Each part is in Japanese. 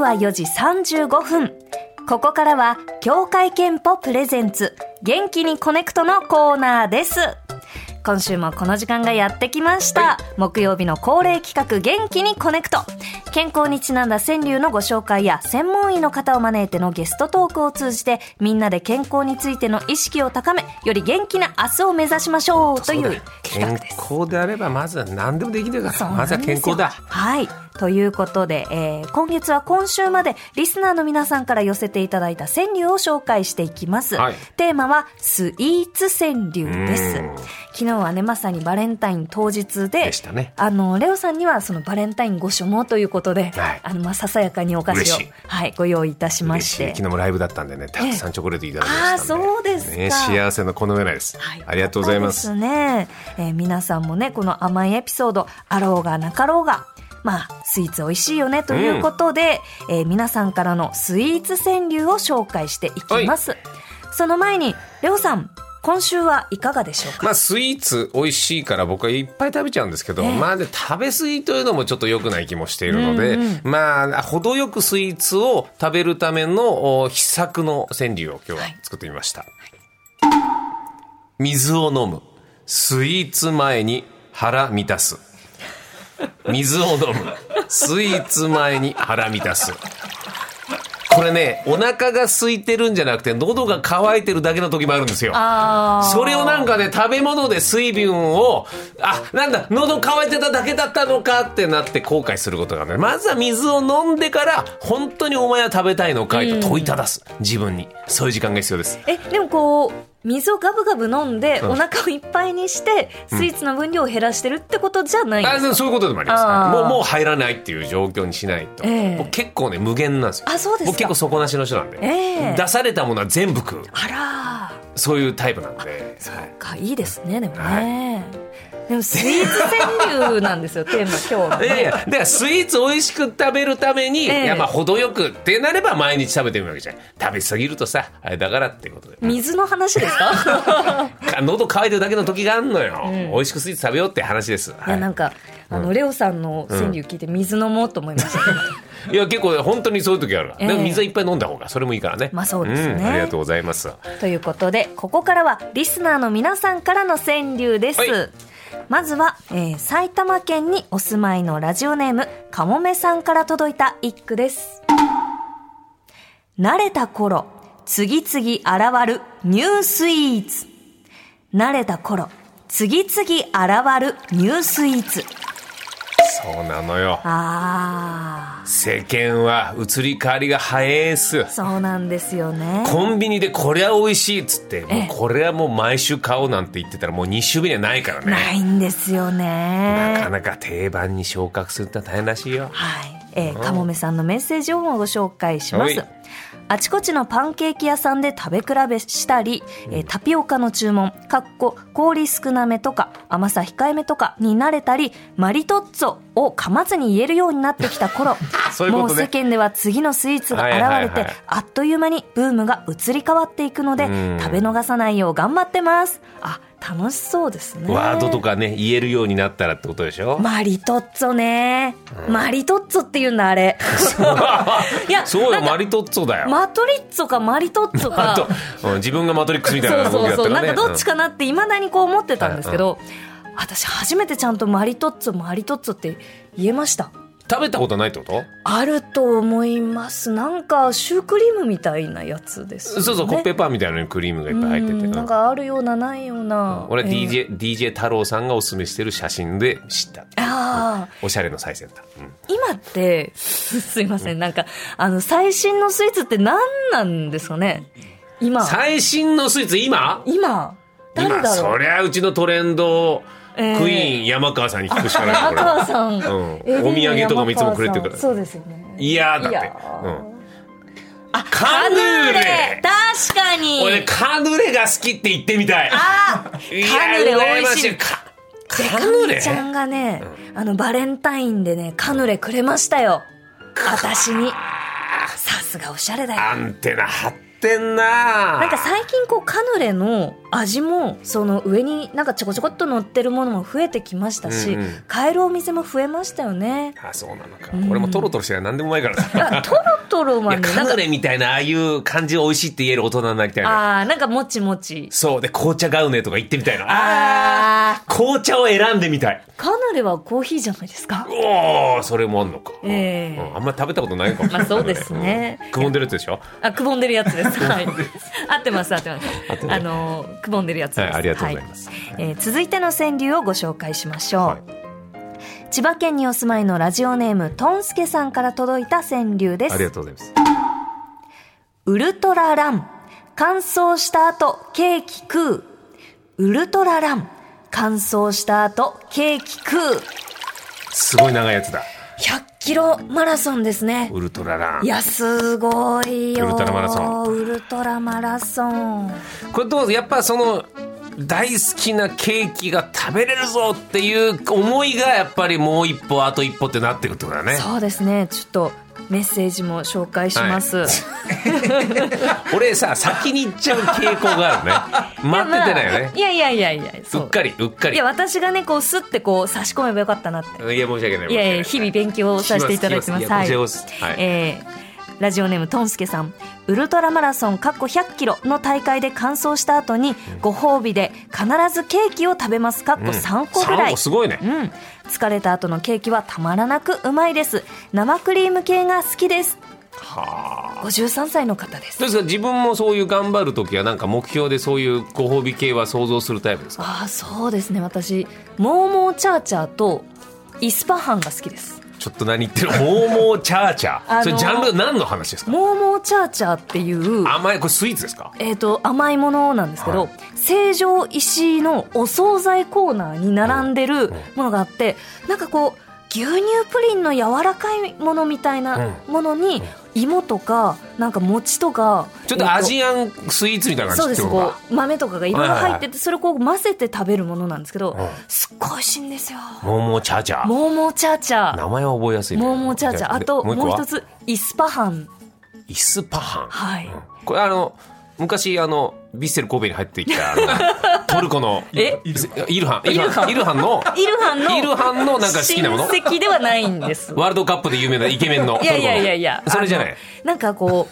は4時35分。ここからは、協会憲法プレゼンツ、元気にコネクトのコーナーです。今週もこの時間がやってきました。木曜日の恒例企画、元気にコネクト。健康にちなんだ川柳のご紹介や、専門医の方を招いてのゲストトークを通じて、みんなで健康についての意識を高め、より元気な明日を目指しましょうといそううだ企健画です。康であればまずは何でもできるかそうらなまんずは健康だですよはい。ということで、えー今月は今週までリスナーの皆さんから寄せていただいた川柳を紹介していきます。はいテーマはスイーツ川柳ですうん。昨日はね、まさにバレンタイン当日で、でしたねあの、レオさんにはそのバレンタインご所望ということで、はいあの、まあ、ささやかにお菓子を嬉しい、はい、ご用意いたしま嬉ししいて昨。日もライブだったんでねたくさんチョコレートいただきましたんで、ええあーそうですかね、幸せのこの上ないです、はいありがとうございますよかったですね、えー皆さんもね、この甘いエピソード、あろうがなかろうが、まあ、スイーツ美味しいよねということで、えー皆さんからのスイーツ川柳を紹介していきます。その前に、レオさん、今週はいかがでしょうか、 まあスイーツ美味しいから僕はいっぱい食べちゃうんですけど、ええまあで食べ過ぎというのもちょっと良くない気もしているので、うんまあ程よくスイーツを食べるためのお秘策の川柳を今日は作ってみました、水を飲むスイーツ前に腹満たす水を飲むスイーツ前に腹満たすこれねお腹が空いてるんじゃなくて喉が渇いてるだけの時もあるんですよあーそれをなんかね食べ物で水分をあなんだ喉乾いてただけだったのかってなって後悔することがねまずは水を飲んでから本当にお前は食べたいのかいと問いただす、自分にそういう時間が必要ですえ、でもこう、水をガブガブ飲んで、うんお腹をいっぱいにして、スイーツの分量を減らしてるってことじゃないんですあかそうそういうことでもありますあーもうもう入らないっていう状況にしないと、ええ僕結構ね無限なんですよあそうですか僕結構底なしの人なんで、ええ出されたものは全部食うあらー。そういうタイプなんでそうはいか、いいですね、でもね。でも、スイーツ川柳なんですよ、テーマ、今日のいやいね。やだからスイーツ美味しく食べるために、ええいやまあ程よくってなれば毎日食べてみるわけじゃん食べ過ぎるとさあれだからってことで水の話ですかか喉乾いてるだけの時があんのよ、美味しくスイーツ食べようって話です、いはや、いなんか、あの、レオさんの川柳聞いて水飲もうと思いました。いや結構本当にそういう時あるから、ええでも水はいっぱい飲んだ方がそれもいいからねまあそうですねんありがとうございますということで、ここからは、リスナーの皆さんからの川柳です。はいまずは、えー埼玉県にお住まいのラジオネーム、かもめさんから届いた一句です。慣れた頃、次々現るニュースイーツ。慣れた頃、次々現るニュースイーツ。そうなのよあ世間は移り変わりが早いっすー、そうなんですよね。コンビニでこれは美味しいっつってえもうえこれはもう毎週買おうなんて言ってたらもう2週目にはないからねないんですよね。なかなか定番に昇格するってのは大変らしいよ。はい、えー、かもめさんのメッセージをご紹介しまはすい。あちこちのパンケーキ屋さんで食べ比べしたり、えータピオカの注文、かっこ氷少なめとか甘さ控えめとかに慣れたり、マリトッツォを噛まずに言えるようになってきた頃、 そういうもこうとね世間では次のスイーツが現れて、はいはいはいあっという間にブームが移り変わっていくので、うん食べ逃さないよう頑張ってます。あ、楽しそうですね。ワードとかね、言えるようになったらってことでしょ、マリトッツォね、マリトッツォって言うんだあれいやそうなよ、んかマリトッツォだよ。マトリッツォかマリトッツォ かあと、うん自分がマトリックスみたいそうな動そきだうったそう、らなんね。かどっちか。かなっていまだにこう思ってたんですけど、私初めてちゃんとマリトッツォマリトッツォって言えました食べたことないってことあると思いますなんかシュークリームみたいなやつですよそねうそう、コッペパンみたいなのにクリームがいっぱい入ってて。ううんんなんかあるようなないような俺、えー DJ、DJ 太郎さんがおすすめしてる写真で知った。ああおしゃれの最先端。うん今って、 すすいません、なんか、あの、最新のスイーツって何なんですかね今、最新のスイーツ、今今、誰今、だろそうりゃうちのトレンド、クイええーン山川さんに聞くしかないよ中これは川さん、ん AD のお土産とかもいつもくれてるから山川さんそうですよね。いやーだっいやて。ーうん。あ、カヌーレ確かに俺、カヌレが好きって言ってみたい。あカいやヌレ美味し羨まい。かでカかヌみレちゃんがね、あの、バレンタインでね、カヌレくれましたよ。私に。さすがおしゃれだよ。アンテナ張ってんななんか最近こうカヌレの味もその上になんかちょこちょこっと乗ってるものも増えてきましたし、うんうん買えるお店も増えましたよね。あそうなのか、ん俺もトロトロしてから何でもうまいからさあトロトロいはやね、カなんヌか、レみたいなああいう感じを美味しいって言える大人になりたいなああ、なんかもちもち。そうで紅茶ガウネとか言ってみたいなああー紅茶を選んでみたいあ、カヌレはコーヒーじゃないですか。おおそれもあんのか、ええうんあんまり食べたことないかもしれない、まあそうですねうんくぼんでるやつでしょあ、くぼんでるやつです。はい。合ってます、合ってます合って。るあのー、くぼんでるやつです。はいありがとうございますはえー続いての川柳をご紹介しましょう。はい千葉県にお住まいのラジオネーム、とんすけさんから届いた川柳であすり。がとうございますウルトララン。乾燥した後、ケーキ食う。ウルトララン。乾燥した後、ケーキ食う。すごい長いやつだ100キロマラソンですね。ウルトラランいや、すごいよ。ウルトラマラソン。ウルトラマラソン。これどうやっぱその大好きなケーキが食べれるぞっていう思いがやっぱりもう一歩あと一歩ってなってるってことだねそうですね。ちょっとメッセージも紹介します。俺さ先に行っちゃう傾向があるね待っててないよねまあいやいやいやいや、うそっかりうっかりいや、私がね、こう、スってこう、差し込めばよかったなって。いや申し訳ないいやいや、日々勉強させていただいてます。ははいい。や申し訳ないはいえーラジオネームとんすけさんウルトラマラソンかっこ100キロの大会で完走した後にご褒美で必ずケーキを食べますかっこうん3個ぐらい、三個すごいねうん、疲れた後のケーキはたまらなくうまいです生クリーム系が好きですはあ53歳の方ですどうですか自分もそういう頑張る時はなんか目標でそういうご褒美系は想像するタイプですかああそうですね私モーモーチャーチャーとイスパハンが好きですちょっと何言ってるモーモーチャーチャー、あのーそれジャンル何の話ですかモーモーチャーチャーっていう甘いこれスイーツですかえー、と甘いものなんですけど、は成城石井のお惣菜コーナーに並んでるものがあってなんかこう牛乳プリンの柔らかいものみたいなものに芋とかなんか餅とかちょっとアジアンスイーツみたいえなーとそう感じでってすことこかう豆とかがいろいろはい入はっいててそれをこう混ぜて食べるものなんですけどうんすっごい美味しいんですよ。モーモーチャーチャーモーモーチャーチャー名前は覚えやすいねモーモーチャーチャーあともう一個もうは一つイスパハンイスパハン、はいうんこれあの昔あのビッセル神戸に入ってきたあの トルコのえイルイルハンイルハンイルハンのイルハンのイルハンのなんか好きなもの親戚ではないんですワールドカップで有名なイケメンのいやいやいやいやトルコ。のそれじゃないあの。なんかこ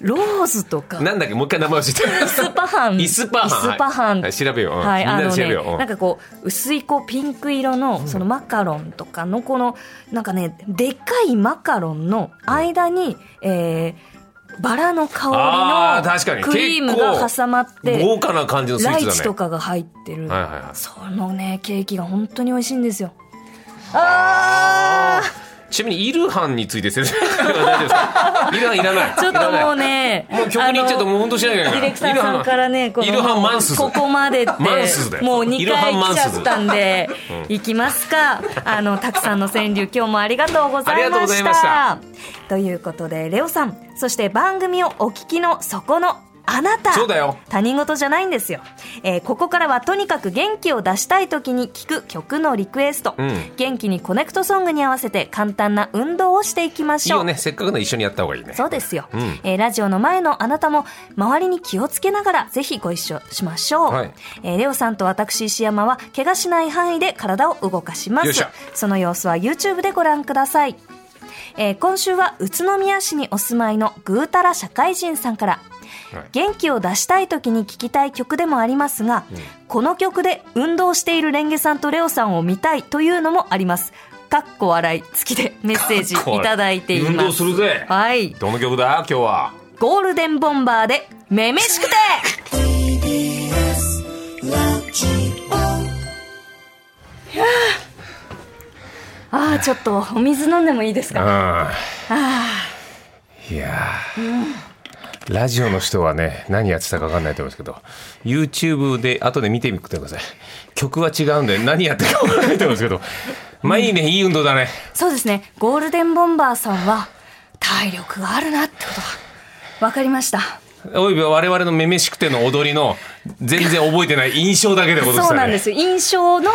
う、ローズとか、なんだっけもう一回名前教イスパハン。イスパハンイスパハン。はい調べよううんはい、みんなあでの調べねよううん、なんかこう、薄いこう、ピンク色の、そのマカロンとかの、この、なんかね、でっかいマカロンの間に、えー、バラのあ香ー確かりにのクリームが挟まっえてて、豪華な感じのスイラーイツチだとねかが入ってる、はいはいはいそのねケーキが本当に美味しいんですよああちなみにイルハンについて説明 は大丈夫ですかイルハンいらないちょっともういね、らないもう曲に行っちゃうともう本当しないかあらのディレクターさんからね、こイルハンマンスズここまでってマンスズだ、よもう2イルハ回ンマ来ンちスゃズったんで、行きますか。あの、たくさんの川柳、今日もありがとうございありがとうまござしいましたた。ということで、レオさん、そして番組をお聞きのそこのあなた。そうだよ他人事じゃないんですよ、えーここからはとにかく元気を出したい時に聞く曲のリクエスト、うん元気にコネクトソングに合わせて簡単な運動をしていきまいしょうよねせっかくの一緒にやった方がいいねそうですよ、うんえーラジオの前のあなたも周りに気をつけながらぜひご一緒しましょう、はいえーレオさんと私石山は怪我しない範囲で体を動かしまよいしすょその様子は YouTube でご覧ください、えー今週は宇都宮市にお住まいのぐうたら社会人さんからはい元気を出したい時に聴きたい曲でもありますが、この曲で運動しているレンゲさんとレオさんを見たいというのもありますかっこ笑い付きでメッセージいただいています運動するぜはいどの曲だ今日はゴールデンボンバーで、めめしくて ああ、ちょっとお水飲んでもいいですかいやーラジオの人はね何やってたか分かんないと思うんですけど YouTube で後で見てみてください曲は違うんで何やってたか分かんないと思うんですけどまあいいねいい運動だねそうですね、ゴールデンボンバーさんは、体力があるなってことが、わかりました。おいびは我々の「めめしくて」の踊りの全然覚えてない印象だけでことでしそうたねなんですよ。印象の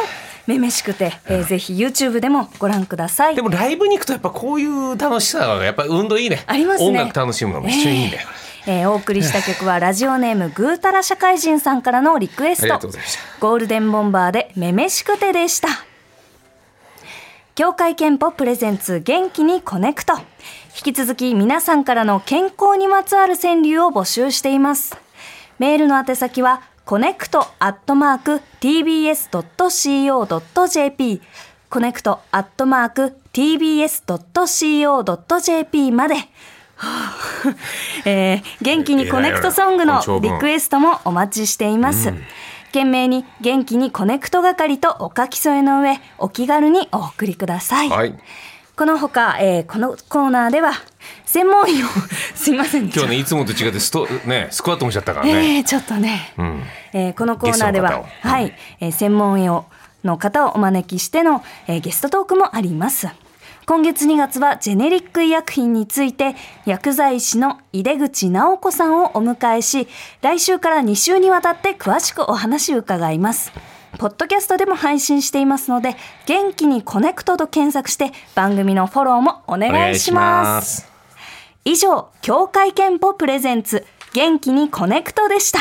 めめしくて、えーぜひ YouTube でもご覧くださいで。もライブに行くとやっぱこういう楽しさがやっぱ運動いいねありますね。音楽楽しむのも一緒にいいね、えええーお送りした曲はラジオネームぐうたら社会人さんからのリクエスありトがとうございましたゴールデンボンバーでめめしくてでした協会憲法プレゼンツ元気にコネクト引き続き皆さんからの健康にまつわる川柳を募集していますメールの宛先はコネクトアットマーク tbs.co.jp コネクトアットマーク tbs.co.jp まで、はあえー元気にコネクトソングのリクエストもお待ちしています、懸命に元気にコネクト係とお書き添えの上お気軽にお送りください、はいこのほか、えーこのコーナーでは専門医を すいません今日ねいつもと違ってストねスクワットもしちゃったからね、えーちょっとね、んえーこのコーナーでゲスはトの、方をはいえー専門医をの方をお招きしての、えーゲストトークもあります。今月2月はジェネリック医薬品について薬剤師の井出口直子さんをお迎えし来週から2週にわたって詳しくお話を伺います。ポッドキャストでも配信していますので元気にコネクトと検索して番組のフォローもお願いします。以上、協会憲法プレゼンツ、元気にコネクトでした。